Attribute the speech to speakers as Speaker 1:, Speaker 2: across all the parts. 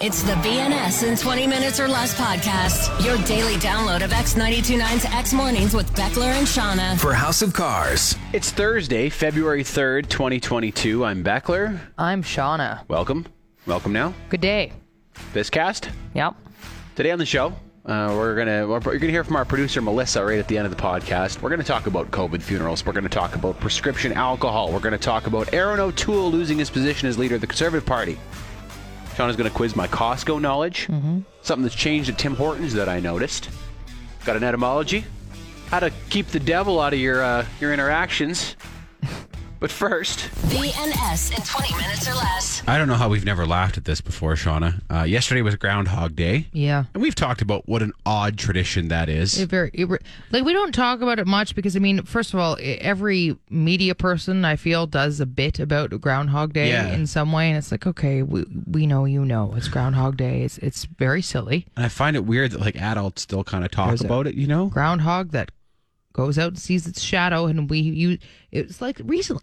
Speaker 1: It's the BNS in 20 Minutes or Less podcast, your daily download of X929's X Mornings with Beckler and Shauna.
Speaker 2: for House of Cars.
Speaker 3: It's Thursday, February 3rd, 2022. I'm Beckler.
Speaker 4: I'm Shauna.
Speaker 3: Welcome. Welcome now.
Speaker 4: Good day.
Speaker 3: This cast.
Speaker 4: Yep.
Speaker 3: Today on the show, uh, we're going to we're going to hear from our producer Melissa right at the end of the podcast. We're going to talk about COVID funerals. We're going to talk about prescription alcohol. We're going to talk about Aaron O'Toole losing his position as leader of the Conservative Party. Shauna's going to quiz my Costco knowledge. Something that's changed at Tim Hortons that I noticed. Got an etymology. How to keep the devil out of your uh, your interactions. But first,
Speaker 1: BNS in 20 Minutes or Less.
Speaker 2: I don't know how we've never laughed at this before, Shauna. Uh, yesterday was Groundhog Day.
Speaker 4: Yeah.
Speaker 2: And we've talked about what an odd tradition that is.
Speaker 4: It very it, re- like we don't talk about it much because I mean, first of all, e- every media person I feel does a bit about Groundhog Day
Speaker 2: Yeah.
Speaker 4: in some way, and it's like, okay, we we know you know it's Groundhog Day. It's it's very silly.
Speaker 2: and I find it weird that like adults still kind of talk about it, you know?
Speaker 4: Groundhog that goes out and sees its shadow, and we you it was like recently.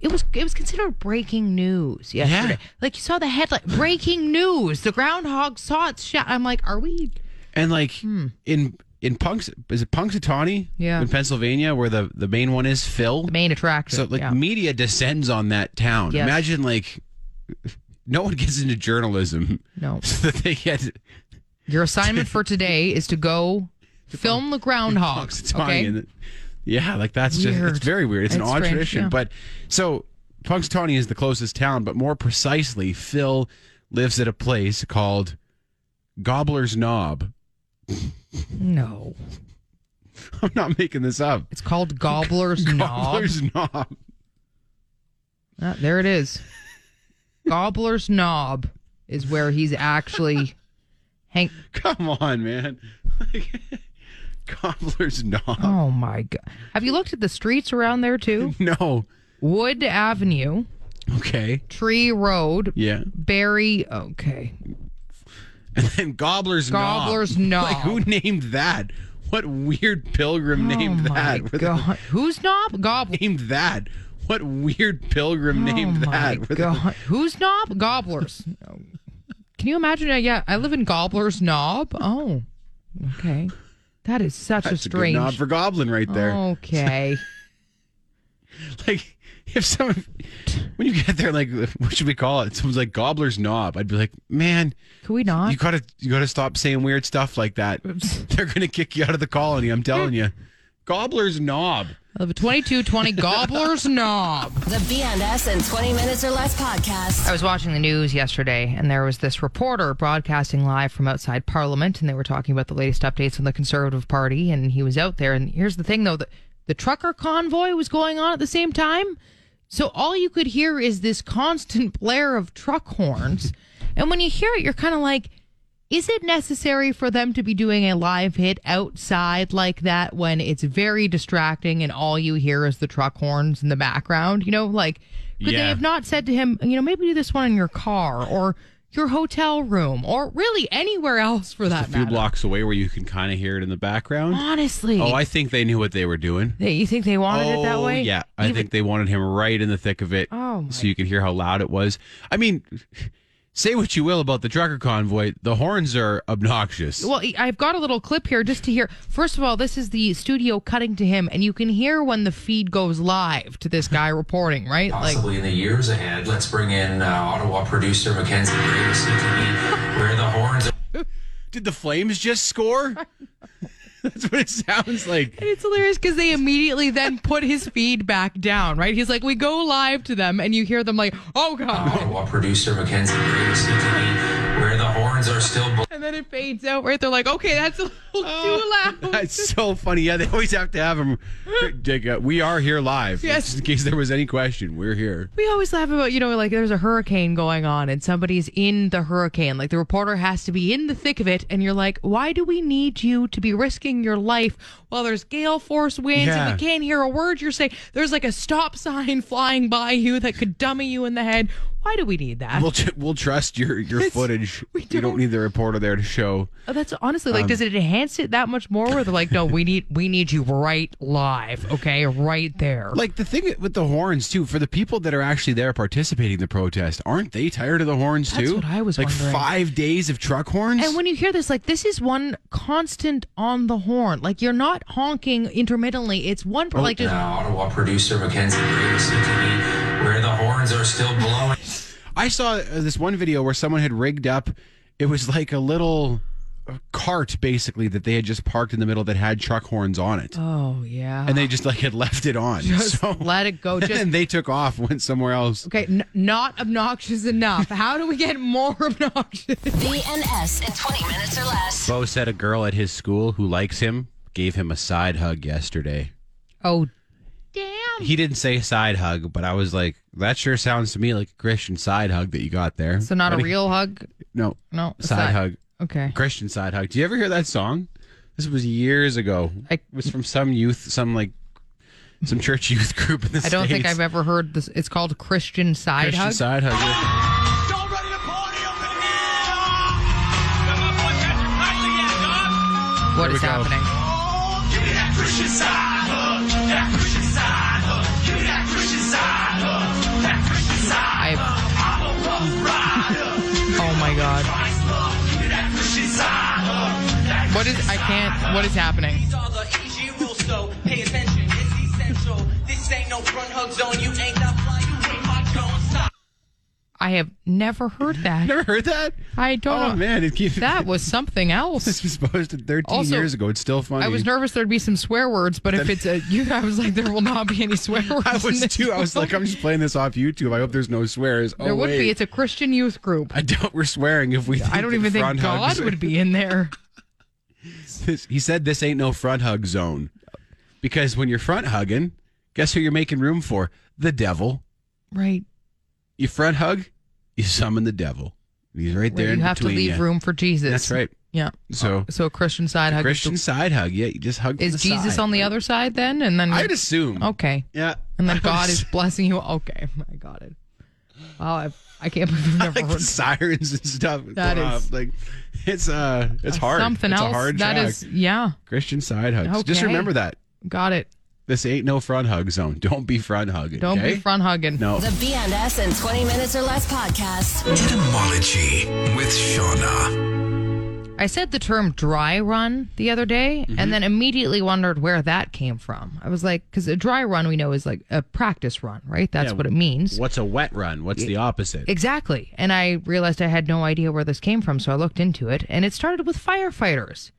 Speaker 4: It was it was considered breaking news yesterday. Like you saw the headline, breaking news: the groundhog saw its shadow. I'm like, are we
Speaker 2: And like in in Punks is it Punxsutawney?
Speaker 4: hmm. Yeah.
Speaker 2: In Pennsylvania where the the main one is Phil.
Speaker 4: the main attraction?
Speaker 2: so like
Speaker 4: Yeah.
Speaker 2: media descends on that town.
Speaker 4: Yes.
Speaker 2: Imagine like no one gets into journalism
Speaker 4: No.
Speaker 2: so that they get
Speaker 4: Your assignment for today is to go film the groundhog.
Speaker 2: Punxsutawney.
Speaker 4: Okay.
Speaker 2: And, yeah, like that's just
Speaker 4: Weird.
Speaker 2: it's very weird. It's an
Speaker 4: It's
Speaker 2: odd
Speaker 4: strange,
Speaker 2: tradition,
Speaker 4: yeah.
Speaker 2: but so Punxsutawney is the closest town, but more precisely, Phil lives at a place called Gobbler's Knob.
Speaker 4: no.
Speaker 2: I'm not making this up.
Speaker 4: It's called Gobbler's Knob.
Speaker 2: Gobbler's Knob.
Speaker 4: Ah, there it is. Gobbler's Knob is where he's actually hang
Speaker 2: Come on, man. Like, Gobbler's Knob.
Speaker 4: Oh my god. Have you looked at the streets around there too?
Speaker 2: No.
Speaker 4: Wood Avenue,
Speaker 2: Okay.
Speaker 4: Tree Road,
Speaker 2: Yeah.
Speaker 4: Barry okay.
Speaker 2: And then Gobbler's Knob.
Speaker 4: Gobbler's Knob.
Speaker 2: Like, who named that? What weird pilgrim named
Speaker 4: oh my
Speaker 2: that? Were they
Speaker 4: god. Who's knob? Gobbler.
Speaker 2: named that? What weird pilgrim named
Speaker 4: oh my
Speaker 2: that? Were they-
Speaker 4: God. Who's knob? Gobblers. Can you imagine? uh, Yeah, I live in Gobbler's Knob. Oh, okay. That is such a
Speaker 2: That's a good
Speaker 4: strange. Oh.
Speaker 2: nod for goblin right there.
Speaker 4: Okay.
Speaker 2: Like if someone when you get there, like what should we call it? Someone's like gobbler's knob. I'd be like, man,
Speaker 4: Can we not?
Speaker 2: you gotta you gotta stop saying weird stuff like that.
Speaker 4: Mm.
Speaker 2: They're gonna kick you out of the colony. I'm telling you, gobbler's knob.
Speaker 4: I live at 2220 Gobbler's Knob.
Speaker 1: The BNS in 20 Minutes or Less podcast.
Speaker 4: I was watching the news yesterday, and there was this reporter broadcasting live from outside Parliament, and they were talking about the latest updates on the Conservative Party, and he was out there. And here's the thing, though: the, the trucker convoy was going on at the same time, so all you could hear is this constant blare of truck horns. and when you hear it, you're kind of like, "Is it necessary for them to be doing a live hit outside like that when it's very distracting and all you hear is the truck horns in the background?" You know, like. Could
Speaker 2: Yeah.
Speaker 4: they have not said to him, you know, maybe do this one in your car or your hotel room or really anywhere else for that
Speaker 2: A few
Speaker 4: matter?
Speaker 2: blocks away where you can kind of hear it in the background.
Speaker 4: Honestly,
Speaker 2: Oh, I think they knew what they were doing.
Speaker 4: They- you think they wanted it that
Speaker 2: Oh,
Speaker 4: way?
Speaker 2: Yeah, I
Speaker 4: Even-
Speaker 2: think they wanted him right in the thick of it.
Speaker 4: Oh, my-
Speaker 2: so you could hear how loud it was. I mean, say what you will about the trucker convoy, the horns are obnoxious.
Speaker 4: Well, e, I've got a little clip here just to hear. First of all, this is the studio cutting to him, and you can hear when the feed goes live to this guy reporting, right? Like,
Speaker 5: Possibly in the years ahead, let's bring in uh, Ottawa producer Mackenzie Gray to see TV where the horns
Speaker 2: Did the Flames just score? That's what it sounds like.
Speaker 4: it's hilarious because they immediately then put his feed back down, right? He's like, we go live to them, and you hear them like, oh god.
Speaker 5: Ottawa producer Mackenzie Gray to see TV where the horns are still bl-
Speaker 4: And then it fades out, right? They're like, okay, that's a little
Speaker 2: Oh,
Speaker 4: too loud.
Speaker 2: That's so funny. Yeah, they always have to have them. Dig uh, we are here live.
Speaker 4: Yes.
Speaker 2: Just in case there was any question, we're here.
Speaker 4: We always laugh about, you know, like there's a hurricane going on and somebody's in the hurricane. Like the reporter has to be in the thick of it. And you're like, why do we need you to be risking your life while there's gale force winds
Speaker 2: Yeah.
Speaker 4: and we can't hear a word you're saying? There's like a stop sign flying by you that could dummy you in the head. Why do we need that?
Speaker 2: We'll, tr- we'll trust your, your
Speaker 4: It's-
Speaker 2: footage.
Speaker 4: we
Speaker 2: you don't
Speaker 4: don't-
Speaker 2: need the reporter there there to show.
Speaker 4: Oh, that's honestly like,
Speaker 2: um,
Speaker 4: does it enhance it that much more? Where they're like, no, we need we need you right live, okay, right there.
Speaker 2: Like the thing with the horns too, for the people that are actually there participating in the protest, aren't they tired of the horns
Speaker 4: That's
Speaker 2: too?
Speaker 4: what I was
Speaker 2: like
Speaker 4: wondering.
Speaker 2: five days of truck horns.
Speaker 4: And when you hear this, like this is one constant on the horn. Like you're not honking intermittently. It's one
Speaker 2: Oh,
Speaker 4: per like just
Speaker 5: Uh, Ottawa producer Mackenzie Gray was sent to me where the horns are still blowing.
Speaker 2: I saw uh, this one video where someone had rigged up. It was like a little uh, cart, basically, that they had just parked in the middle that had truck horns on it,
Speaker 4: oh yeah,
Speaker 2: and they just like had left it on. so
Speaker 4: let it go. Just
Speaker 2: and they took off, went somewhere else.
Speaker 4: okay, n- not obnoxious enough. How do we get more obnoxious?
Speaker 1: BNS in 20 minutes or less.
Speaker 2: Bo said a girl at his school who likes him gave him a side hug yesterday.
Speaker 4: Oh, damn.
Speaker 2: He didn't say side hug, but I was like, that sure sounds to me like a Christian side hug that you got there.
Speaker 4: So not a
Speaker 2: But he-
Speaker 4: real hug.
Speaker 2: no
Speaker 4: No it's
Speaker 2: side
Speaker 4: not-
Speaker 2: hug.
Speaker 4: Okay.
Speaker 2: Christian side hug. Do you ever hear that song? This was years ago.
Speaker 4: I-
Speaker 2: it was from some youth, some like some church youth group in the
Speaker 4: I don't think
Speaker 2: States.
Speaker 4: I've ever heard this. It's called Christian side
Speaker 2: Christian
Speaker 4: hug.
Speaker 2: side hug. yeah.
Speaker 6: Don't ready to party up in here. Come on, boy, catch your passion, yeah, dog.
Speaker 4: what
Speaker 2: Here
Speaker 4: is
Speaker 2: we go.
Speaker 4: happening?
Speaker 6: Oh, give me that Christian side hug. That Christian side hug. Give me that Christian side hug. That Christian side.
Speaker 4: I've.
Speaker 6: I'm a rough rider.
Speaker 4: Oh my god.
Speaker 6: Christ love. Give me that Christian side hug. That
Speaker 4: What is? I can't. What is happening?
Speaker 7: These are the EG rules, so pay attention. It's essential. This ain't no front hug zone. You ain't that fly. You ain't my drone. Stop.
Speaker 4: I have never heard that.
Speaker 2: Never heard that?
Speaker 4: I don't.
Speaker 2: Oh man, it keeps,
Speaker 4: That was something else.
Speaker 2: this was posted 13
Speaker 4: Also,
Speaker 2: years ago. It's still funny.
Speaker 4: I was nervous there'd be some swear words, but if it's a you, I was like, there will not be any swear words.
Speaker 2: I
Speaker 4: in
Speaker 2: was
Speaker 4: this
Speaker 2: too. I was like, I'm just playing this off YouTube. I hope there's no swears.
Speaker 4: There
Speaker 2: oh,
Speaker 4: would
Speaker 2: wait.
Speaker 4: be. It's a Christian youth group.
Speaker 2: I doubt we're swearing if we. Think
Speaker 4: I don't
Speaker 2: that
Speaker 4: even think
Speaker 2: front
Speaker 4: God
Speaker 2: hugs-
Speaker 4: would be in there.
Speaker 2: This- he said this ain't no front hug zone, because when you're front hugging, guess who you're making room for? The devil.
Speaker 4: Right.
Speaker 2: You front hug, you summon the devil. He's right there.
Speaker 4: Where
Speaker 2: in
Speaker 4: you have to
Speaker 2: between
Speaker 4: leave
Speaker 2: ya.
Speaker 4: room for Jesus.
Speaker 2: That's right.
Speaker 4: Yeah.
Speaker 2: So
Speaker 4: So a Christian side hug
Speaker 2: Christian
Speaker 4: is,
Speaker 2: side hug. Yeah, you just hug.
Speaker 4: the,
Speaker 2: from
Speaker 4: is
Speaker 2: the
Speaker 4: Jesus
Speaker 2: side.
Speaker 4: on the other side then, and then
Speaker 2: I'd assume.
Speaker 4: okay,
Speaker 2: Yeah.
Speaker 4: and
Speaker 2: I
Speaker 4: then
Speaker 2: would
Speaker 4: God is
Speaker 2: assume.
Speaker 4: blessing you. Okay, I got it. Wow, I, I can't believe I've never
Speaker 2: like the
Speaker 4: heard
Speaker 2: sirens and stuff. go
Speaker 4: That is-
Speaker 2: off. like it's uh it's hard.
Speaker 4: something
Speaker 2: it's
Speaker 4: else.
Speaker 2: A hard
Speaker 4: that
Speaker 2: track.
Speaker 4: is, yeah,
Speaker 2: Christian side hugs. Just
Speaker 4: Okay.
Speaker 2: remember that.
Speaker 4: got it.
Speaker 2: This ain't no front hug zone. Don't be front hugging.
Speaker 4: Don't
Speaker 2: okay?
Speaker 4: be front hugging.
Speaker 2: No.
Speaker 1: The BNS in 20 minutes or less podcast.
Speaker 8: Etymology with Shauna.
Speaker 4: I said the term dry run the other day
Speaker 2: Mm-hmm.
Speaker 4: and then immediately wondered where that came from. I was like, because a dry run we know is like a practice run, right? That's
Speaker 2: Yeah.
Speaker 4: what it means.
Speaker 2: What's a wet run? What's the opposite?
Speaker 4: Exactly. And I realized I had no idea where this came from, so I looked into it and it started with firefighters.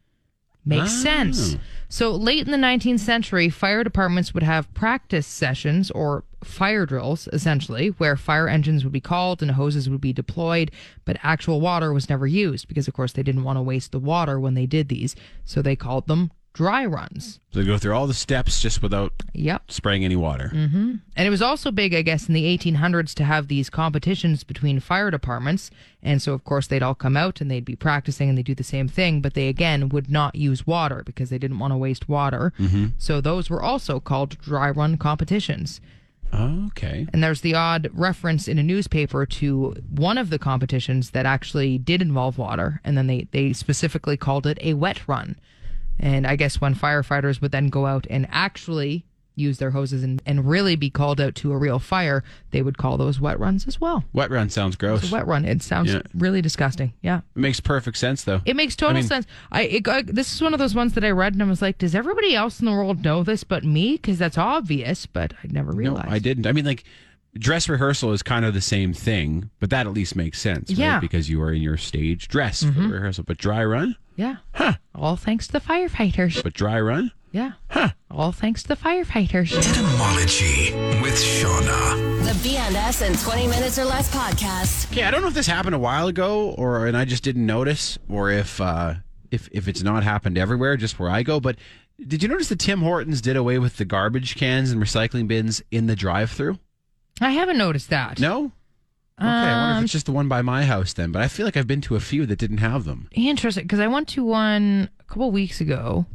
Speaker 4: Makes sense. So late in the 19th century, fire departments would have practice sessions or fire drills, essentially, where fire engines would be called and hoses would be deployed, but actual water was never used because, of course, they didn't want to waste the water when they did these. So they called them dry runs.
Speaker 2: So they go through all the steps just without
Speaker 4: Yep.
Speaker 2: spraying any water.
Speaker 4: And it was also big, I guess, in the 1800s to have these competitions between fire departments. And so, of course, they'd all come out and they'd be practicing and they do the same thing, but they again would not use water because they didn't want to waste water. So those were also called dry run competitions. Mm.
Speaker 2: Okay.
Speaker 4: And there's the odd reference in a newspaper to one of the competitions that actually did involve water. And then they, they specifically called it a wet run. And I guess when firefighters would then go out and actually use their hoses and, and really be called out to a real fire, they would call those wet runs as well.
Speaker 2: Wet run sounds gross.
Speaker 4: It's a wet run. It sounds
Speaker 2: Yeah.
Speaker 4: really disgusting. Yeah.
Speaker 2: It makes perfect sense though.
Speaker 4: It makes total
Speaker 2: I mean-
Speaker 4: sense. I, it, I this is one of those ones that I read and I was like, does everybody else in the world know this but me? Because that's obvious, but I never
Speaker 2: no,
Speaker 4: realized.
Speaker 2: I didn't. I mean, like dress rehearsal is kind of the same thing, but that at least makes sense, right?
Speaker 4: Yeah. Mm-hmm.
Speaker 2: Because you are in your stage dress for rehearsal. But dry run,
Speaker 4: Yeah. All thanks to the firefighters.
Speaker 2: but dry run.
Speaker 4: Yeah. All thanks to the firefighters.
Speaker 8: Etymology with Shauna.
Speaker 1: The BNS in 20 minutes or less podcast.
Speaker 2: Okay, I don't know if this happened a while ago, or and I just didn't notice, or if uh, if if it's not happened everywhere, just where I go. But did you notice that Tim Hortons did away with the garbage cans and recycling bins in the drive-through?
Speaker 4: I haven't noticed that.
Speaker 2: No. Okay, I
Speaker 4: Um,
Speaker 2: wonder if it's just the one by my house then. But I feel like I've been to a few that didn't have them.
Speaker 4: Interesting, because I went to one a couple weeks ago.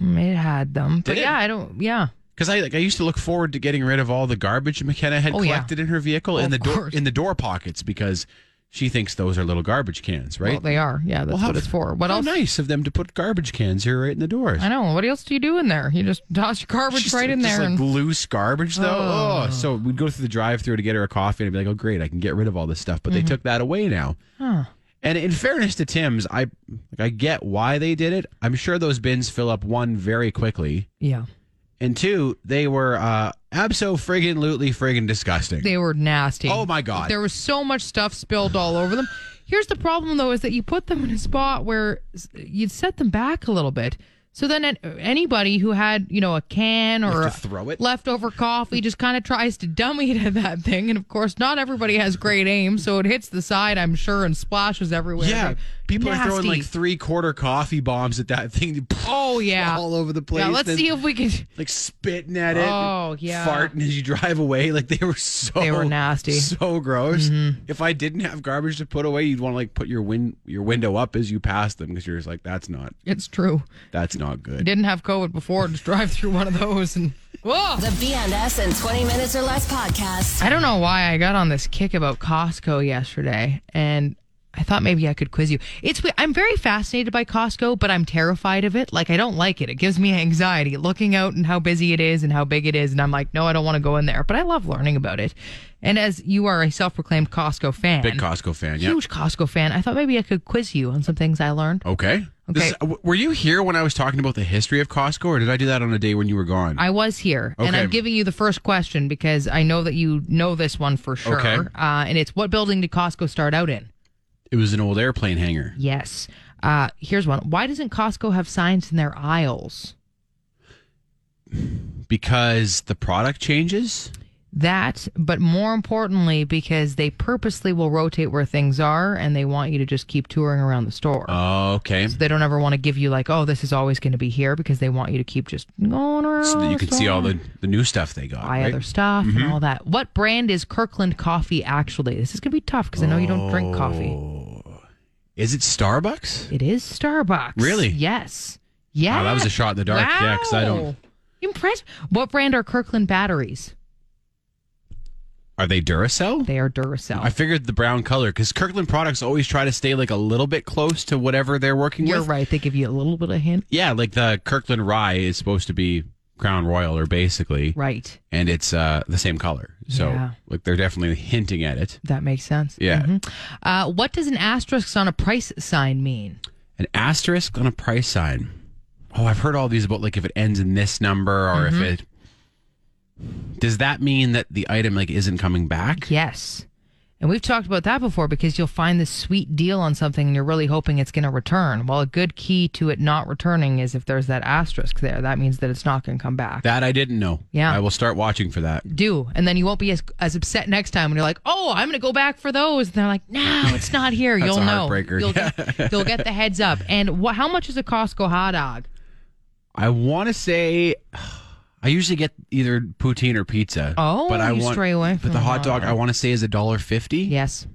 Speaker 4: Mm, It had them, but
Speaker 2: Did it?
Speaker 4: yeah, I don't. Yeah,
Speaker 2: Because I like I used to look forward to getting rid of all the garbage McKenna had
Speaker 4: Oh, yeah.
Speaker 2: collected in her vehicle
Speaker 4: Oh,
Speaker 2: in the
Speaker 4: of
Speaker 2: door
Speaker 4: course.
Speaker 2: in the door pockets because she thinks those are little garbage cans, right?
Speaker 4: Well, they are. Yeah, that's
Speaker 2: Well, how-
Speaker 4: what it's for. What
Speaker 2: how
Speaker 4: else?
Speaker 2: nice of them to put garbage cans here right in the doors.
Speaker 4: I know. What else do you do in there? You just toss your garbage
Speaker 2: Just-
Speaker 4: right in
Speaker 2: just
Speaker 4: there.
Speaker 2: like
Speaker 4: and,
Speaker 2: loose garbage though. Oh. so we'd go through the drive-through to get her a coffee, and I'd be like, "Oh, great, I can get rid of all this stuff." But
Speaker 4: Mm-hmm.
Speaker 2: they took that away now. And in fairness to Tim's, I like I get why they did it. I'm sure those bins fill up one very quickly,
Speaker 4: yeah.
Speaker 2: and two, they were uh, abso friggin' lutely friggin' disgusting.
Speaker 4: They were nasty.
Speaker 2: Oh, my God.
Speaker 4: There was so much stuff spilled all over them. Here's the problem though is that you put them in a spot where s- you'd set them back a little bit. So then an- anybody who had, you know, a can or
Speaker 2: to
Speaker 4: a
Speaker 2: throw it?
Speaker 4: leftover coffee just kind of tries to dummy it at that thing and of course not everybody has great aim, so it hits the side, I'm sure, and splashes everywhere.
Speaker 2: yeah,
Speaker 4: They-
Speaker 2: people are throwing
Speaker 4: Nasty.
Speaker 2: like three-quarter coffee bombs at that thing.
Speaker 4: Oh yeah.
Speaker 2: all over the place.
Speaker 4: Yeah, let's
Speaker 2: Then-
Speaker 4: see if we can
Speaker 2: like spitting at it.
Speaker 4: Oh, yeah.
Speaker 2: farting as you drive away. Like they were so
Speaker 4: They were nasty. Mm-hmm.
Speaker 2: so gross. If I didn't have garbage to put away, you'd want to like put your win your window up as you pass them because you're just like that's not
Speaker 4: It's true.
Speaker 2: that's not good.
Speaker 4: Didn't have COVID before, just drive through one of those and whoa.
Speaker 1: The BNS in 20 Minutes or Less podcast.
Speaker 4: I don't know why I got on this kick about Costco yesterday, and I thought maybe I could quiz you. It's we- I'm very fascinated by Costco, but I'm terrified of it. Like I don't like it. It gives me anxiety looking out and how busy it is and how big it is, and I'm like, no, I don't want to go in there. But I love learning about it. And as you are a self-proclaimed Costco fan,
Speaker 2: Big Costco fan. Yeah.
Speaker 4: huge Costco fan, I thought maybe I could quiz you on some things I learned.
Speaker 2: Okay. This-
Speaker 4: Okay.
Speaker 2: w- were you here when I was talking about the history of Costco, or did I do that on a day when you were gone?
Speaker 4: I was here, and
Speaker 2: Okay.
Speaker 4: I'm giving you the first question because I know that you know this one for sure.
Speaker 2: Okay.
Speaker 4: Uh, and it's what building did Costco start out in?
Speaker 2: it was an old airplane hangar.
Speaker 4: Yes. Uh, here's one. Why doesn't Costco have signs in their aisles?
Speaker 2: Because the product changes.
Speaker 4: That, but more importantly, because they purposely will rotate where things are and they want you to just keep touring around the store.
Speaker 2: Uh, Okay.
Speaker 4: they don't ever want to give you, like, oh, this is always going to be here because they want you to keep just going around.
Speaker 2: So that you
Speaker 4: the
Speaker 2: can see
Speaker 4: store,
Speaker 2: all the, the new stuff they got.
Speaker 4: buy
Speaker 2: right? Mm-hmm.
Speaker 4: other stuff and all that. What brand is Kirkland Coffee actually? This is going to be tough because I know you don't drink coffee.
Speaker 2: Oh. Is it Starbucks?
Speaker 4: It is Starbucks.
Speaker 2: Really?
Speaker 4: Yes. Yeah.
Speaker 2: Wow, that was a shot in the dark. Yeah, 'cause I don't-
Speaker 4: Wow. Impressed. What brand are Kirkland batteries?
Speaker 2: Are they Duracell?
Speaker 4: They are Duracell.
Speaker 2: I figured the brown color because Kirkland products always try to stay like a little bit close to whatever they're working
Speaker 4: You're
Speaker 2: with.
Speaker 4: right. They give you a little bit of hint.
Speaker 2: Yeah, like the Kirkland Rye is supposed to be Crown Royal or basically,
Speaker 4: Right.
Speaker 2: and it's uh, the same color. So
Speaker 4: Yeah.
Speaker 2: like they're definitely hinting at it.
Speaker 4: That makes sense.
Speaker 2: Yeah,
Speaker 4: Uh, what does an asterisk on a price sign mean?
Speaker 2: an asterisk on a price sign. Oh, I've heard all these about like if it ends in this number or
Speaker 4: Mm-hmm.
Speaker 2: if it. Does that mean that the item like isn't coming back?
Speaker 4: Yes. And we've talked about that before because you'll find this sweet deal on something and you're really hoping it's going to return. Well, a good key to it not returning is if there's that asterisk there. That means that it's not going to come back.
Speaker 2: That I didn't know.
Speaker 4: Yeah.
Speaker 2: I will start watching for that.
Speaker 4: Do. And then you won't be as, as upset next time when you're like, oh, I'm going to go back for those. And they're like, no, it's not here.
Speaker 2: That's
Speaker 4: you'll
Speaker 2: a
Speaker 4: know.
Speaker 2: heartbreaker.
Speaker 4: You'll, get, you'll get the heads up. And wh- how much is a Costco hot dog?
Speaker 2: I want to say I usually get either poutine or pizza.
Speaker 4: Oh,
Speaker 2: I
Speaker 4: you
Speaker 2: want,
Speaker 4: stray away
Speaker 2: But
Speaker 4: from
Speaker 2: the hot dog I want to say is a dollar fifty.
Speaker 4: Yes.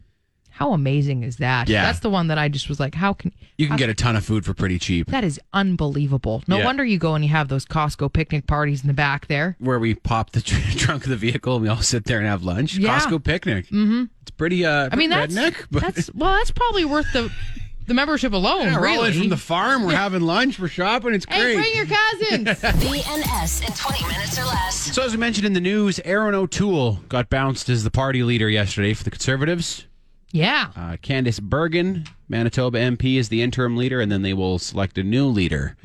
Speaker 4: How amazing is that?
Speaker 2: Yeah.
Speaker 4: That's the one that I just was like, how can
Speaker 2: you can get a ton of food for pretty cheap.
Speaker 4: that is unbelievable. No
Speaker 2: Yeah.
Speaker 4: wonder you go and you have those Costco picnic parties in the back there.
Speaker 2: Where we pop the tr- trunk of the vehicle and we all sit there and have lunch.
Speaker 4: Yeah.
Speaker 2: Costco picnic. Mm-hmm. It's pretty. Uh,
Speaker 4: I mean, that's
Speaker 2: redneck, but
Speaker 4: that's well, that's probably worth the the membership alone.
Speaker 2: Yeah, we're all
Speaker 4: really,
Speaker 2: in from the farm. We're having lunch. We're shopping. It's great.
Speaker 4: hey, bring your cousins.
Speaker 1: BNS in 20 Minutes or Less.
Speaker 2: so as we mentioned in the news, Aaron O'Toole got bounced as the party leader yesterday for the Conservatives.
Speaker 4: yeah,
Speaker 2: Uh, Candice Bergen, Manitoba MP, is the interim leader, and then they will select a new leader.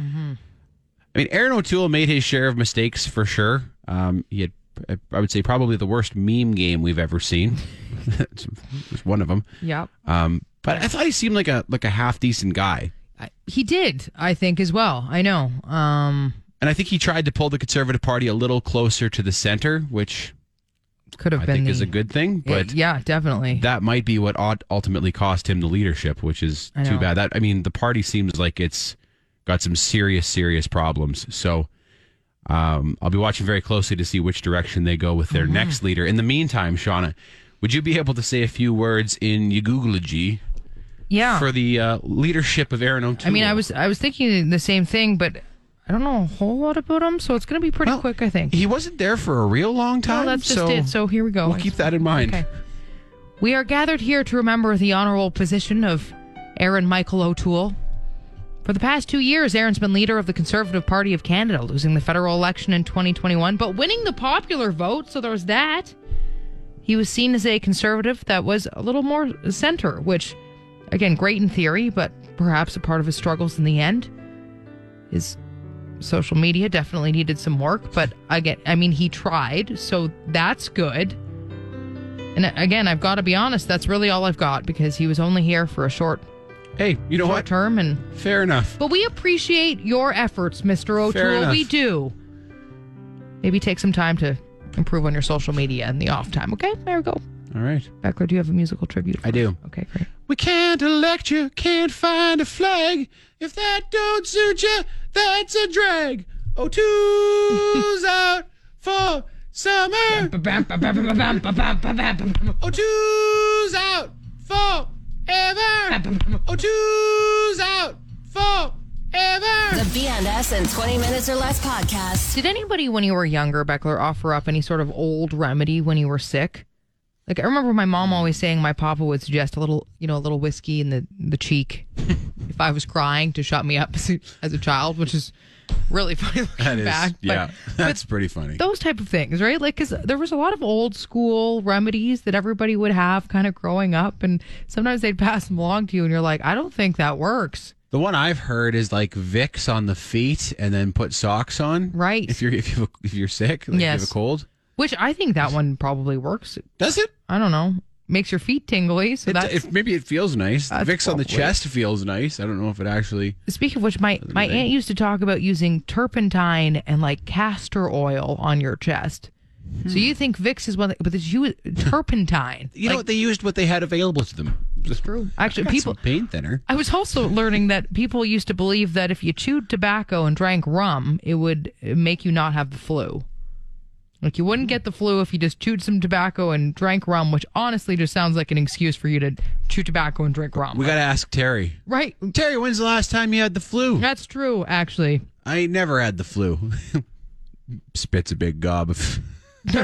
Speaker 2: I mean, Aaron O'Toole made his share of mistakes for sure. Um, he had, I would say, probably the worst meme game we've ever seen. it's it's one of them.
Speaker 4: yep.
Speaker 2: Um, but I thought he seemed like a like a half decent guy,
Speaker 4: I- He did, I think, as well. I know. Um,
Speaker 2: and I think he tried to pull the Conservative Party a little closer to the center, which
Speaker 4: could have
Speaker 2: I
Speaker 4: been
Speaker 2: think
Speaker 4: the,
Speaker 2: is a good thing. But
Speaker 4: yeah, definitely.
Speaker 2: that might be what ult- ultimately cost him the leadership, which is
Speaker 4: I
Speaker 2: too
Speaker 4: know.
Speaker 2: bad. That I mean, the party seems like it's got some serious, serious problems. So um, I'll be watching very closely to see which direction they go with their
Speaker 4: Mm-hmm.
Speaker 2: next leader. In the meantime, Shauna, would you be able to say a few words in Yagugulaji
Speaker 4: yeah,
Speaker 2: for the uh, leadership of Aaron O'Toole?
Speaker 4: I mean, I was I was thinking the same thing, but I don't know a whole lot about him, so it's going to be pretty
Speaker 2: Well,
Speaker 4: quick, I think.
Speaker 2: He wasn't there for a real long time.
Speaker 4: well, that's just
Speaker 2: so
Speaker 4: it. So here we go.
Speaker 2: we'll keep that in mind.
Speaker 4: Okay. We are gathered here to remember the honorable position of Aaron Michael O'Toole. For the past two years, Aaron's been leader of the Conservative Party of Canada, losing the federal election in 2021, but winning the popular vote, so there's that. He was seen as a conservative that was a little more center, which, again, great in theory, but perhaps a part of his struggles in the end. His social media definitely needed some work, but again, I mean, he tried, so that's good. And again, I've got to be honest, that's really all I've got because he was only here for a short,
Speaker 2: Hey, you know
Speaker 4: short
Speaker 2: what?
Speaker 4: term and.
Speaker 2: Fair enough.
Speaker 4: But we appreciate your efforts, Mr.
Speaker 2: Fair
Speaker 4: O'Toole.
Speaker 2: enough.
Speaker 4: We do. Maybe take some time to improve on your social media in the off time, okay? There we go.
Speaker 2: All right.
Speaker 4: Beckler, do you have a musical tribute? for
Speaker 2: I
Speaker 4: us?
Speaker 2: do.
Speaker 4: Okay, great.
Speaker 2: We can't elect you, can't find a flag. If that don't suit you, that's a drag. Oh, two's out for summer. Oh, two's out forever. Oh, two's out forever.
Speaker 1: The BNS in 20 Minutes or Less podcast.
Speaker 4: Did anybody, when you were younger, Beckler, offer up any sort of old remedy when you were sick? Like I remember my mom always saying my papa would suggest a little, you know, a little whiskey in the the cheek if I was crying to shut me up as a, as a child, which is really funny looking
Speaker 9: That is,
Speaker 4: back. but-
Speaker 9: yeah, that's pretty funny.
Speaker 4: those type of things, right? Like, because there was a lot of old school remedies that everybody would have kind of growing up, and sometimes they'd pass them along to you, and you're like, I don't think that works,
Speaker 9: The one I've heard is like Vicks on the feet and then put socks on.
Speaker 4: Right.
Speaker 9: If you're if you if you're sick, like if you have
Speaker 4: Yes.
Speaker 9: a cold.
Speaker 4: which I think that one probably works.
Speaker 9: Does it?
Speaker 4: I don't know. Makes your feet tingly. So
Speaker 9: It-
Speaker 4: that's.
Speaker 9: if- maybe it feels nice. The
Speaker 4: That's
Speaker 9: Vicks on the
Speaker 4: probably-
Speaker 9: chest feels nice. I don't know if it actually.
Speaker 4: Speaking of which, my, my aunt used to talk about using turpentine and like castor oil on your chest. So you think Vicks is one, thing, but she was turpentine.
Speaker 9: Hmm. You know what? They used what they had available to them. Just
Speaker 4: True. Actually,
Speaker 9: got
Speaker 4: people
Speaker 9: some pain thinner.
Speaker 4: I was also learning that people used to believe that if you chewed tobacco and drank rum, it would make you not have the flu. Like you wouldn't get the flu if you just chewed some tobacco and drank rum, which honestly just sounds like an excuse for you to chew tobacco and drink rum.
Speaker 9: We got to ask Terry.
Speaker 4: right.
Speaker 9: Terry, when's the last time you had the flu?
Speaker 4: That's true, actually.
Speaker 9: I ain't never had the flu. Spits a big gob of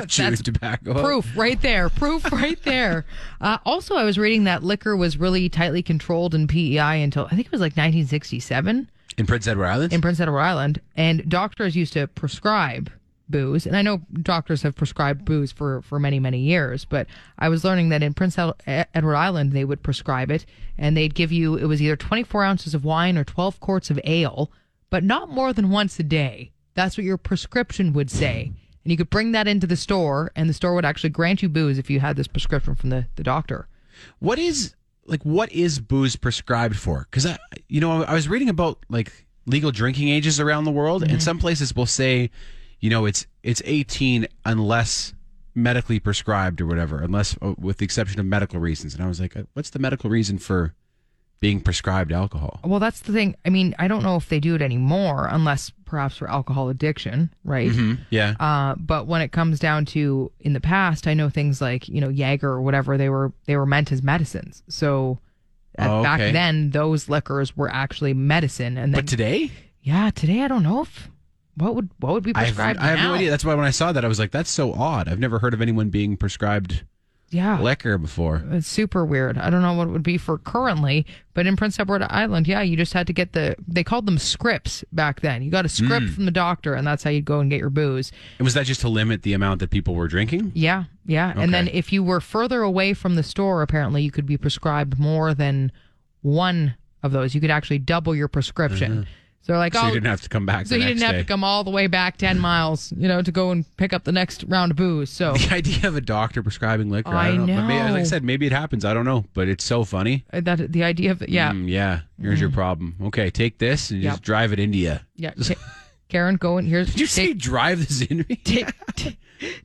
Speaker 9: chewing tobacco.
Speaker 4: Proof right there. Proof right there. Uh, also, I was reading that liquor was really tightly controlled in PEI until I think it was like 1967.
Speaker 9: in Prince Edward Island.
Speaker 4: in Prince Edward Island, and doctors used to prescribe booze. And I know doctors have prescribed booze for, for many, many years, but I was learning that in Prince Ed- Edward Island, they would prescribe it and they'd give you, it was either 24 ounces of wine or 12 quarts of ale, but not more than once a day. That's what your prescription would say. And you could bring that into the store, and the store would actually grant you booze if you had this prescription from the, the doctor.
Speaker 9: what is like what is booze prescribed for because i you know i was reading about like legal drinking ages around the world
Speaker 4: Mm-hmm.
Speaker 9: and some places will say you know it's it's 18 unless medically prescribed or whatever unless uh, with the exception of medical reasons and i was like uh, what's the medical reason for being prescribed alcohol
Speaker 4: Well, that's the thing. I mean, I don't know if they do it anymore, unless perhaps for alcohol addiction,
Speaker 2: Mm-hmm.
Speaker 4: right?
Speaker 9: yeah
Speaker 4: Uh, but when it comes down to in the past, I know things like you know Jaeger or whatever they were they were meant as medicines. So at,
Speaker 9: Oh,
Speaker 4: back
Speaker 9: okay.
Speaker 4: then, those liquors were actually medicine. And then
Speaker 9: but today
Speaker 4: yeah, today I don't know if what would what would be
Speaker 9: I have,
Speaker 4: prescribed.
Speaker 9: I have
Speaker 4: now?
Speaker 9: no idea that's why when i saw that i was like that's so odd i've never heard of anyone being prescribed
Speaker 4: Yeah,
Speaker 9: liquor before
Speaker 4: it's super weird. I don't know what it would be for currently, but in Prince Edward Island, yeah, you just had to get the they called them scripts back then. You got a script
Speaker 9: Hmm.
Speaker 4: from the doctor, and that's how you'd go and get your booze.
Speaker 9: and was that just to limit the amount that people were drinking
Speaker 4: Yeah, yeah. And then
Speaker 9: Okay.
Speaker 4: if you were further away from the store, apparently you could be prescribed more than one of those. You could actually double your prescription. So they're like,
Speaker 9: Mm-hmm. so
Speaker 4: oh,
Speaker 9: you didn't have to come back
Speaker 4: so
Speaker 9: the
Speaker 4: you
Speaker 9: next
Speaker 4: didn't have
Speaker 9: day.
Speaker 4: to come all the way back ten miles, you know, to go and pick up the next round of booze. So
Speaker 9: the idea of a doctor prescribing liquor. I,
Speaker 4: I
Speaker 9: don't know. But maybe, like I
Speaker 4: know.
Speaker 9: said, maybe it happens. I don't know, but it's so funny.
Speaker 4: uh, that the idea of yeah,
Speaker 9: Mm, yeah. Here's your problem. Okay, take this and just
Speaker 4: Yep.
Speaker 9: drive it into you.
Speaker 4: yeah. Ka- Karen, go and here's
Speaker 9: Did you say drive this into me?
Speaker 4: take,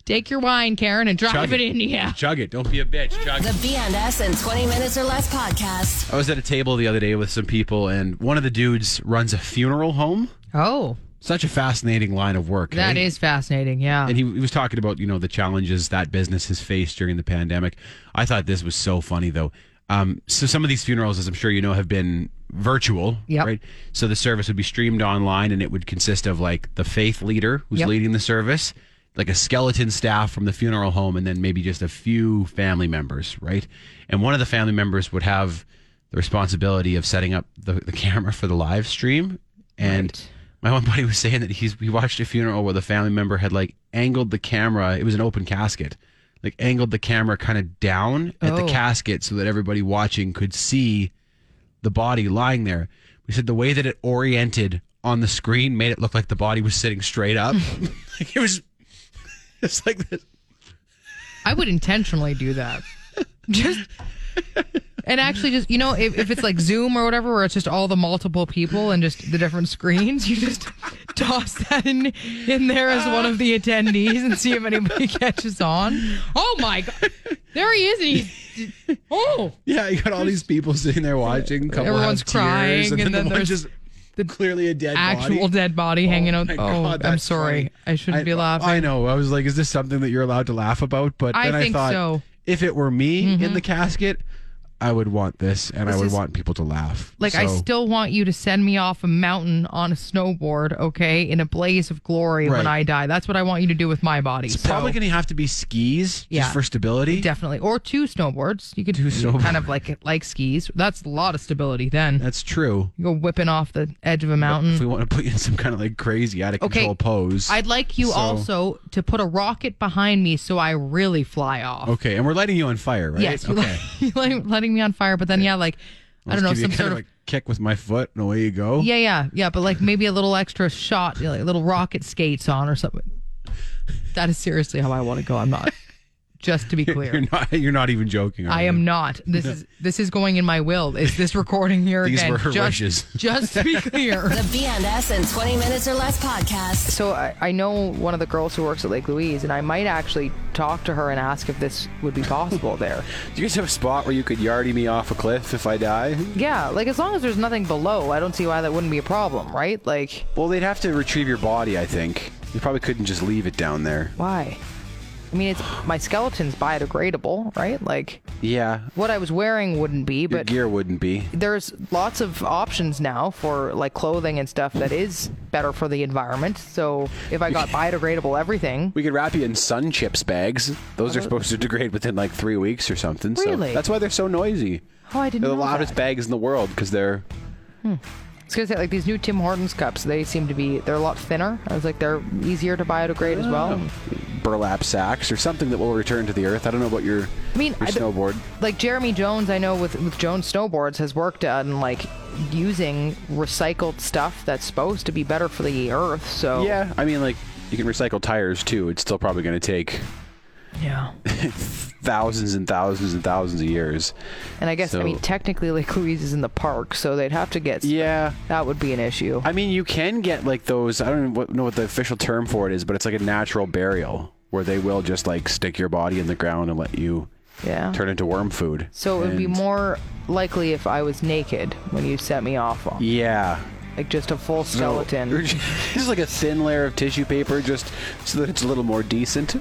Speaker 4: take your wine, Karen, and drive
Speaker 9: Chug
Speaker 4: it
Speaker 9: it.
Speaker 4: in. Yeah.
Speaker 9: Chug it. Don't be a bitch. Chug
Speaker 1: The BNS in 20 Minutes or Less podcast.
Speaker 2: I was at a table the other day with some people, and one of the dudes runs a funeral home.
Speaker 4: Oh,
Speaker 2: Such a fascinating line of work.
Speaker 4: that
Speaker 2: eh?
Speaker 4: is fascinating. Yeah.
Speaker 2: And he, he was talking about, you know, the challenges that business has faced during the pandemic. I thought this was so funny, though. Um, so some of these funerals, as I'm sure you know, have been virtual,
Speaker 4: Yep.
Speaker 2: right? So the service would be streamed online and it would consist of like the faith leader who's
Speaker 4: Yep.
Speaker 2: leading the service,
Speaker 10: like a skeleton staff from the funeral home and then maybe just a few family members, right? And one of the family members would have the responsibility of setting up the, the camera for the live stream. And my one buddy was saying that he's we watched a funeral where the family member had like angled the camera. It was an open casket. Like angled the camera kind of down at the
Speaker 4: Oh.
Speaker 10: casket so that everybody watching could see the body lying there. We said the way that it oriented on the screen made it look like the body was sitting straight up. like it was it's like this.
Speaker 4: I would intentionally do that. Just and actually just you know, if, if it's like Zoom or whatever where it's just all the multiple people and just the different screens, you just toss that in in there as one of the attendees and see if anybody catches on. Oh my god. There he is and he's Oh
Speaker 10: Yeah, you got all these people sitting there watching. Couple
Speaker 4: Everyone's
Speaker 10: have tears,
Speaker 4: crying, and
Speaker 10: the
Speaker 4: then
Speaker 10: one
Speaker 4: there's
Speaker 10: just clearly a dead
Speaker 4: actual
Speaker 10: body.
Speaker 4: dead body hanging out.
Speaker 10: My
Speaker 4: oh,
Speaker 10: God,
Speaker 4: I'm
Speaker 10: that's
Speaker 4: sorry.
Speaker 10: funny.
Speaker 4: I shouldn't
Speaker 10: I-
Speaker 4: be laughing.
Speaker 10: I know. I was like, is this something that you're allowed to laugh about? But
Speaker 4: I
Speaker 10: then I,
Speaker 4: think
Speaker 10: thought,
Speaker 4: so. Mm-hmm.
Speaker 10: if it were me in the casket, I would want this, and I would
Speaker 4: is-
Speaker 10: want people to laugh.
Speaker 4: Like I
Speaker 10: So-
Speaker 4: still want you to send me off a mountain on a snowboard, okay, in a blaze of glory when
Speaker 10: Right.
Speaker 4: I die. That's what I want you to do with my body.
Speaker 10: It's
Speaker 4: So,
Speaker 10: probably going to have to be skis just
Speaker 4: Yeah.
Speaker 10: for stability.
Speaker 4: definitely, or two snowboards. You could
Speaker 10: Two
Speaker 4: do kind of like like skis. That's a lot of stability. Then
Speaker 10: That's true.
Speaker 4: you go whipping off the edge of a
Speaker 10: If we
Speaker 4: mountain.
Speaker 10: want to put you in some kind of like crazy out of
Speaker 4: Mm-hmm. Okay,
Speaker 10: control pose.
Speaker 4: I'd like you
Speaker 10: So-
Speaker 4: also to put a rocket behind me so I really fly off.
Speaker 10: Okay, and we're lighting you on fire, right?
Speaker 4: Yes, you
Speaker 10: Okay.
Speaker 4: like, you like letting me on fire, but then yeah, like I
Speaker 10: I'll
Speaker 4: don't know
Speaker 10: just give
Speaker 4: some
Speaker 10: you
Speaker 4: sort
Speaker 10: kind
Speaker 4: of.
Speaker 10: a kick with my foot, and away you go.
Speaker 4: yeah, yeah, yeah, but like maybe a little extra shot, you know, like little rocket skates on or something. That is seriously how I want to go. I'm not. Just to be clear,
Speaker 10: You're not. You're not even joking. are
Speaker 4: I
Speaker 10: you?
Speaker 4: am not. This is this is going in my will. Is this recording here
Speaker 10: These
Speaker 4: again?
Speaker 10: were her
Speaker 4: just,
Speaker 10: wishes.
Speaker 4: Just to be clear.
Speaker 1: The BNS and 20 Minutes or Less podcast.
Speaker 4: So I, I know one of the girls who works at Lake Louise, and I might actually talk to her and ask if this would be possible there.
Speaker 2: Do you guys have a spot where you could yardie me off a cliff if I die?
Speaker 4: Yeah, like as long as there's nothing below, I don't see why that wouldn't be a problem, right? Like,
Speaker 2: Well, they'd have to retrieve your body, I think. You probably couldn't just leave it down there.
Speaker 4: why? I mean, it's my skeleton's biodegradable, right? Like,
Speaker 2: Yeah.
Speaker 4: what I was wearing wouldn't be,
Speaker 2: Your
Speaker 4: but
Speaker 2: gear wouldn't be.
Speaker 4: there's lots of options now for like clothing and stuff that is better for the environment. So if I got biodegradable everything,
Speaker 2: We could wrap you in sun chips bags. Those are supposed to degrade within like three weeks or something.
Speaker 4: Uh-huh. Really?
Speaker 2: So that's why they're so noisy.
Speaker 4: oh, I didn't
Speaker 2: They're the
Speaker 4: know
Speaker 2: loudest
Speaker 4: that.
Speaker 2: bags in the world because they're
Speaker 4: I was gonna say like these new Tim Hortons cups. They seem to be they're a lot thinner. I was like they're easier to biodegrade as well.
Speaker 2: Oh. burlap sacks or something that will return to the earth. I don't know about your,
Speaker 4: I mean,
Speaker 2: your
Speaker 4: I don't-
Speaker 2: snowboard.
Speaker 4: like Jeremy Jones, I know with with Jones Snowboards has worked on like using recycled stuff that's supposed to be better for the earth. So
Speaker 2: Yeah, I mean, like you can recycle tires too. It's still probably going to take
Speaker 4: yeah.
Speaker 2: thousands and thousands and thousands of years.
Speaker 4: And I guess I
Speaker 2: So-
Speaker 4: mean technically Lake Louise is in the park, so they'd have to get
Speaker 2: Yeah,
Speaker 4: that would be an issue.
Speaker 2: I mean, you can get like those. I don't know what, know what the official term for it is, but it's like a natural burial where they will just like stick your body in the ground and let you
Speaker 4: yeah.
Speaker 2: turn into worm food.
Speaker 4: So it would be
Speaker 2: And-
Speaker 4: more likely if I was naked when you set me off, on,
Speaker 2: Yeah.
Speaker 4: like just a full
Speaker 2: So-
Speaker 4: skeleton.
Speaker 2: just like a thin layer of tissue paper, just so that it's a little more decent, a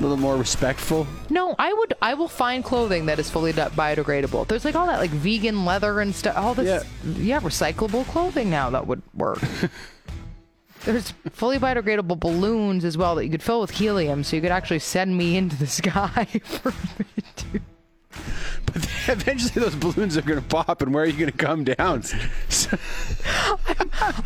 Speaker 2: little more respectful.
Speaker 4: No, I would. I will find clothing that is fully di- biodegradable. There's like all that like vegan leather and stuff. All this, yeah. recyclable clothing now that would work. There's fully biodegradable balloons as well that you could fill with helium, so you could actually send me into the sky for a minute.
Speaker 2: But eventually, those balloons are going to pop, and where are you going to come down? So-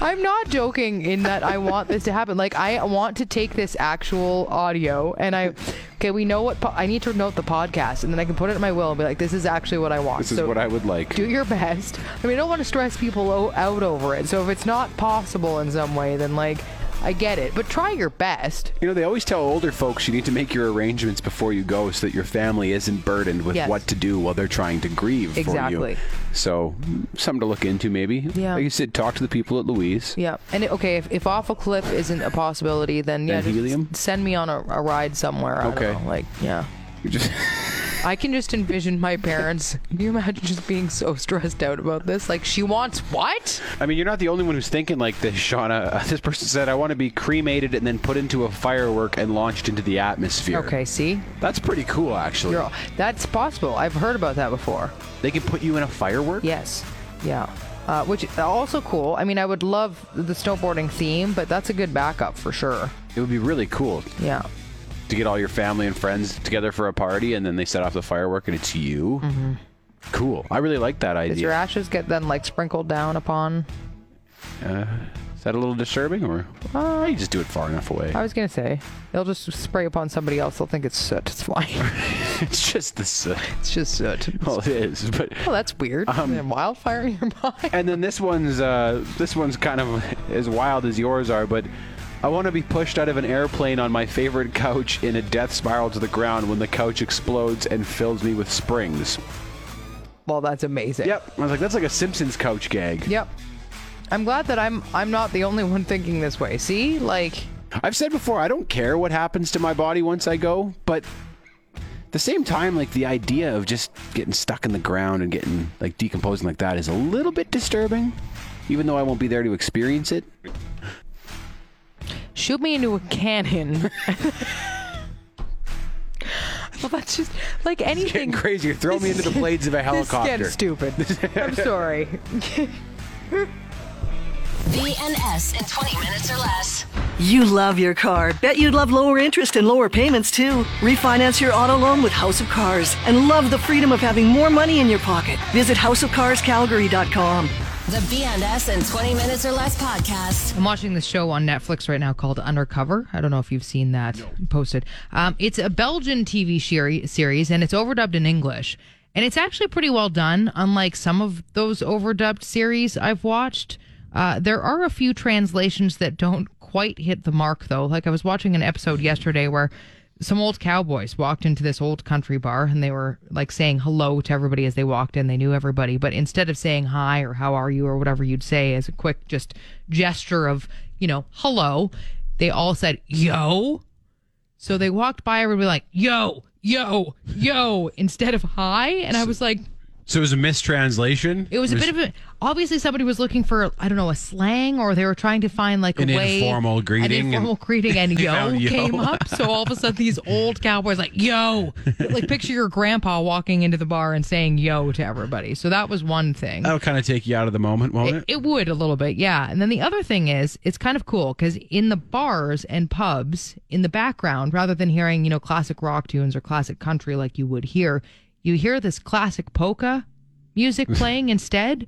Speaker 4: I'm not joking in that I want this to happen. Like I want to take this actual audio and I okay, we know what po- I need to note the podcast and then I can put it in my will and be like this is actually what I want.
Speaker 2: this is what I would like.
Speaker 4: do your best. I mean, I don't want to stress people o- out over it. So if it's not possible in some way then like I get it, but try your best.
Speaker 2: You know, they always tell older folks you need to make your arrangements before you go so that your family isn't burdened with
Speaker 4: Yes.
Speaker 2: what to do while they're trying to grieve for
Speaker 4: Exactly.
Speaker 2: you. So, something to look into maybe.
Speaker 4: Yeah.
Speaker 2: Like you said, talk to the people at Louise.
Speaker 4: Yeah. And it, okay, if, if off a cliff isn't a possibility, then yeah,
Speaker 2: And
Speaker 4: just
Speaker 2: helium?
Speaker 4: send me on a, a ride somewhere. I
Speaker 2: Okay.
Speaker 4: don't know, like yeah.
Speaker 2: You Just,
Speaker 4: I can just envision my parents. Can you imagine just being so stressed out about this? Like, she wants what?
Speaker 2: I mean, you're not the only one who's thinking like this, Shauna. Uh, This person said, I want to be cremated and then put into a firework and launched into the atmosphere.
Speaker 4: Okay, see?
Speaker 2: That's pretty cool, actually.
Speaker 4: You're all, that's possible. I've heard about that before.
Speaker 2: They can put you in a firework?
Speaker 4: Yes. Yeah. uh, which is also cool. I mean, I would love the snowboarding theme, but that's a good backup for sure.
Speaker 11: It would be really cool
Speaker 4: Yeah.
Speaker 11: to get all your family and friends together for a party, and then they set off the firework, and it's you. Cool. I really like that
Speaker 4: Does your
Speaker 11: idea.
Speaker 4: ashes get then like sprinkled down upon?
Speaker 11: Is that a little disturbing, or uh, you just do it far enough away?
Speaker 4: I was gonna say they'll just spray upon somebody else. They'll think it's soot. It's fine.
Speaker 11: it's just this. Uh,
Speaker 4: it's just soot.
Speaker 2: Oh,
Speaker 11: well, it is, but
Speaker 4: Well, that's weird. Is there a wildfire nearby.
Speaker 11: and then this one's uh, this one's kind of as wild as yours are, but I want to be pushed out of an airplane on my favorite couch in a death spiral to the ground when the couch explodes and fills me with springs.
Speaker 4: Well, that's amazing.
Speaker 11: Yep, I was like, that's like a Simpsons couch gag.
Speaker 4: Yep. I'm glad that I'm I'm not the only one thinking this way. See, like
Speaker 11: I've said before, I don't care what happens to my body once I go, but at the same time, like the idea of just getting stuck in the ground and getting like decomposing like that is a little bit disturbing, even though I won't be there to experience it.
Speaker 4: shoot me into a cannon. well, that's just like anything.
Speaker 11: Getting crazier, throw me into the blades of a helicopter.
Speaker 4: This is getting stupid. I'm sorry.
Speaker 1: VNS in 20 minutes or less.
Speaker 12: You love your car. Bet you'd love lower interest and lower payments too. Refinance your auto loan with House of Cars and love the freedom of having more money in your pocket. Visit houseofcarscalgary.com.
Speaker 1: The VNS in 20 minutes or less podcast.
Speaker 4: I'm watching this show on Netflix right now called Undercover. I don't know if you've seen that posted. Um, it's a Belgian TV sheri- series and it's overdubbed in English. And it's actually pretty well done, unlike some of those overdubbed series I've watched. Uh, there are a few translations that don't quite hit the mark, though. Like I was watching an episode yesterday where some old cowboys walked into this old country bar and they were like saying hello to everybody as they walked in. They knew everybody, but instead of saying hi or how are you or whatever you'd say as a quick just gesture of, you know, hello, they all said yo. So they walked by everybody like yo, yo, yo instead of hi. And I was like,
Speaker 2: So it was a mistranslation.
Speaker 4: it was a bit of a obviously somebody was looking for I don't know a slang or they were trying to find like
Speaker 2: An
Speaker 4: a way
Speaker 2: informal greeting
Speaker 4: an
Speaker 2: and-
Speaker 4: informal greeting, and yo
Speaker 2: found yo.
Speaker 4: came up. So all of a sudden these old cowboys like yo, like picture your grandpa walking into the bar and saying yo to everybody. So that was one thing.
Speaker 2: That'll kind of take you out of the moment, won't it?
Speaker 4: It, it would a little bit, yeah. And then the other thing is, it's kind of cool because in the bars and pubs, in the background, rather than hearing, you know, classic rock tunes or classic country like you would hear, you hear this classic polka music playing instead,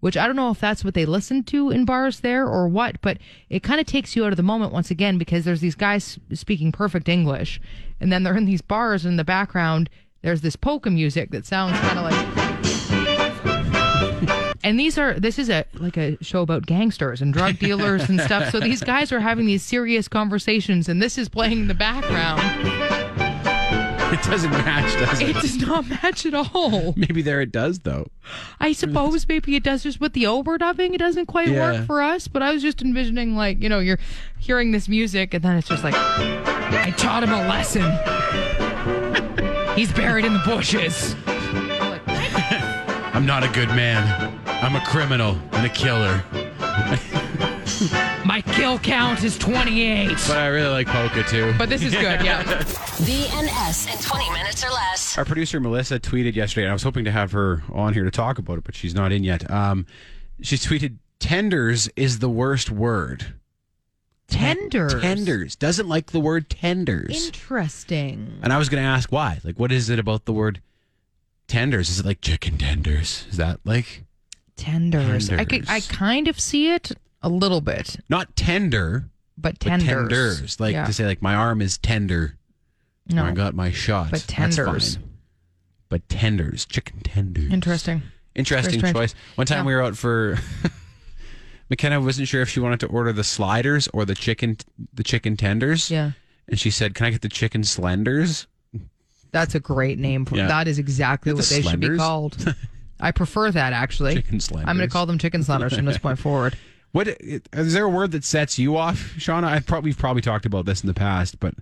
Speaker 4: which I don't know if that's what they listen to in bars there or what, but it kind of takes you out of the moment once again because there's these guys speaking perfect English. And then they're in these bars and in the background, there's this polka music that sounds kind of like and these are this is a like a show about gangsters and drug dealers and stuff so these guys are having these serious conversations and this is playing in the background
Speaker 2: It doesn't match, does
Speaker 4: it
Speaker 2: it?
Speaker 4: does not match at all
Speaker 2: Maybe there it does though.
Speaker 4: i suppose maybe it does just with the overdubbing it doesn't quite
Speaker 2: Yeah.
Speaker 4: work for us but i was just envisioning like you know you're hearing this music and then it's just like i taught him a lesson he's buried in the bushes Like,
Speaker 2: I'm not a good man. I'm a criminal and a killer.
Speaker 4: my kill count is 28
Speaker 2: But I really like polka too.
Speaker 4: but this is good yeah
Speaker 1: VNS in 20 minutes or less.
Speaker 2: Our producer Melissa tweeted yesterday, and I was hoping to have her on here to talk about it, but she's not in yet. Um, she tweeted, "Tenders is the worst word.
Speaker 4: tenders
Speaker 2: Tenders doesn't like the word tenders."
Speaker 4: Interesting.
Speaker 2: and I was going to ask why. Like, what is it about the word tenders? Is it like chicken tenders? Is that like
Speaker 4: Tenders. I could,
Speaker 2: Tenders.
Speaker 4: I kind of see it a little bit,
Speaker 2: not tender,
Speaker 4: but
Speaker 2: but
Speaker 4: tenders.
Speaker 2: tenders? Like
Speaker 4: Yeah.
Speaker 2: to say, like my arm is tender.
Speaker 4: no.
Speaker 2: or I got my shot.
Speaker 4: But
Speaker 2: That's
Speaker 4: tenders.
Speaker 2: fine. But tenders, chicken tenders.
Speaker 4: Interesting.
Speaker 2: Interesting
Speaker 4: Very strange.
Speaker 2: choice. One time
Speaker 4: Yeah.
Speaker 2: we were out for McKenna wasn't sure if she wanted to order the sliders or the chicken the chicken tenders.
Speaker 4: Yeah.
Speaker 2: And she said, "Can I get the chicken slenders?"
Speaker 4: That's a great name. For,
Speaker 2: Yeah.
Speaker 4: That is exactly
Speaker 2: The
Speaker 4: what they should be
Speaker 2: Slenders?
Speaker 4: called. I prefer that actually.
Speaker 2: Chicken
Speaker 4: I'm going to
Speaker 2: Slenders.
Speaker 4: call them chicken slenders from this point forward.
Speaker 2: What is there a word that sets you off, Shauna? I've probably we've probably talked about this in the past, but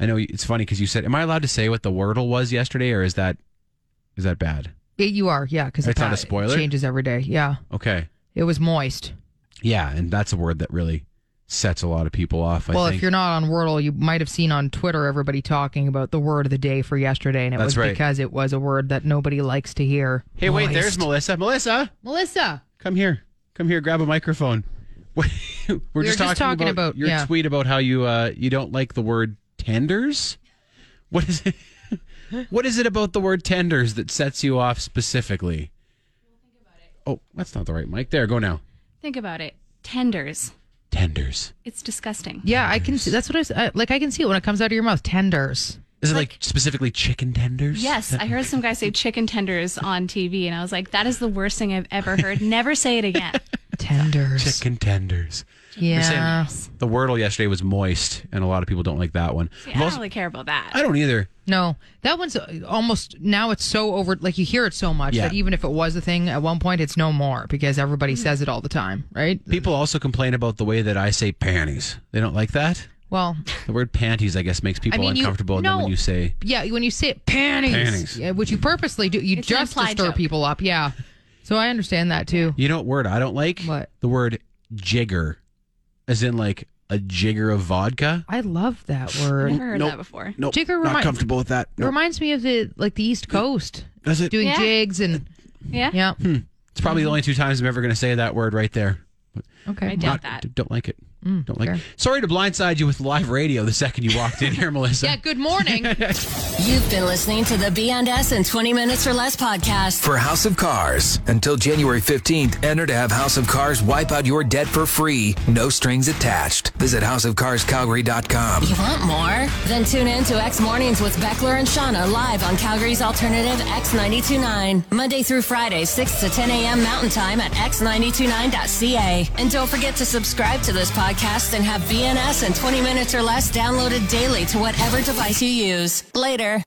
Speaker 2: I know it's funny because you said, "Am I allowed to say what the wordle was yesterday?" Or is that is that bad?
Speaker 4: Yeah, you are, yeah, because
Speaker 2: It's not a spoiler?
Speaker 4: changes every day. Yeah,
Speaker 2: Okay,
Speaker 4: it was moist.
Speaker 2: yeah, and that's a word that really sets a lot of people off. I
Speaker 4: well,
Speaker 2: think.
Speaker 4: if you're not on Wordle, you might have seen on Twitter everybody talking about the word of the day for yesterday, and it
Speaker 2: That's
Speaker 4: was
Speaker 2: right.
Speaker 4: because it was a word that nobody likes to hear.
Speaker 2: Hey, wait, there's
Speaker 4: Moist.
Speaker 2: Melissa. Melissa,
Speaker 4: Melissa.
Speaker 2: come here. Come here, grab a microphone. We're just,
Speaker 4: were just talking about-
Speaker 2: your
Speaker 4: yeah.
Speaker 2: tweet about how you uh, you don't like the word tenders. What is it? what is it about the word tenders that sets you off specifically? Oh, that's not the right mic. There, go now.
Speaker 13: Think about it. Tenders.
Speaker 2: Tenders.
Speaker 13: It's disgusting.
Speaker 4: Yeah, I can see. That's what I s- I like. I can see it when it comes out of your mouth. Tenders.
Speaker 2: Is it like specifically chicken tenders?
Speaker 13: Yes, I heard some guy say chicken tenders on TV, and I was like, that is the worst thing I've ever heard. Never say it again.
Speaker 4: Tenders.
Speaker 2: Chicken tenders.
Speaker 4: Yeah.
Speaker 2: The wordle yesterday was moist, and a lot of people don't like that one.
Speaker 13: I don't really care about that.
Speaker 2: I don't either.
Speaker 4: No, that one's uh, almost now. It's so over. Like you hear it so much
Speaker 2: Yeah.
Speaker 4: that even if it was a thing at one point, it's no more because
Speaker 13: Mm.
Speaker 4: everybody says it all the time, right?
Speaker 2: People also complain about the way that I say panties. They don't like that.
Speaker 4: Well,
Speaker 2: The word panties, I guess, makes people
Speaker 4: mean, you-
Speaker 2: uncomfortable. and then
Speaker 4: no.
Speaker 2: when you say
Speaker 4: yeah, when you say it, panties,
Speaker 2: Panties.
Speaker 4: Yeah, which you purposely do, you
Speaker 13: It's an
Speaker 4: just to
Speaker 13: implied
Speaker 4: stir
Speaker 13: joke.
Speaker 4: people up. Yeah. So I understand that too.
Speaker 2: You know what word I don't like?
Speaker 4: What?
Speaker 2: The word jigger, as in like a jigger of vodka.
Speaker 4: I love that
Speaker 13: I've
Speaker 4: word.
Speaker 13: never heard
Speaker 2: Nope.
Speaker 13: that before.
Speaker 2: Nope,
Speaker 4: Jigger
Speaker 2: not
Speaker 4: remind-
Speaker 2: comfortable with that.
Speaker 4: It
Speaker 2: Nope.
Speaker 4: reminds me of the like the East Coast
Speaker 2: Does it?
Speaker 4: doing
Speaker 13: Yeah.
Speaker 4: jigs and
Speaker 13: Yeah?
Speaker 4: yeah.
Speaker 2: It's probably the only two times I'm ever going to say that word right there.
Speaker 4: Okay.
Speaker 13: I
Speaker 2: Not-
Speaker 13: doubt that.
Speaker 2: d- Don't like it. don't like.
Speaker 4: fair.
Speaker 2: It. Sorry to blindside you with live radio the second you walked in here, Melissa.
Speaker 4: Yeah. Good morning.
Speaker 1: You've been listening to the BNS in 20 Minutes or Less podcast.
Speaker 5: For House of Cars, until January 15th, enter to have House of Cars wipe out your debt for free, no strings attached. Visit houseofcarscalgary.com.
Speaker 1: You want more? Then tune in to X Mornings with Beckler and Shauna live on Calgary's alternative X929. Monday through Friday, 6 to 10 a.m. Mountain Time at x929.ca. And don't forget to subscribe to this podcast and have BNS in 20 minutes or less downloaded daily to whatever device you use. Later.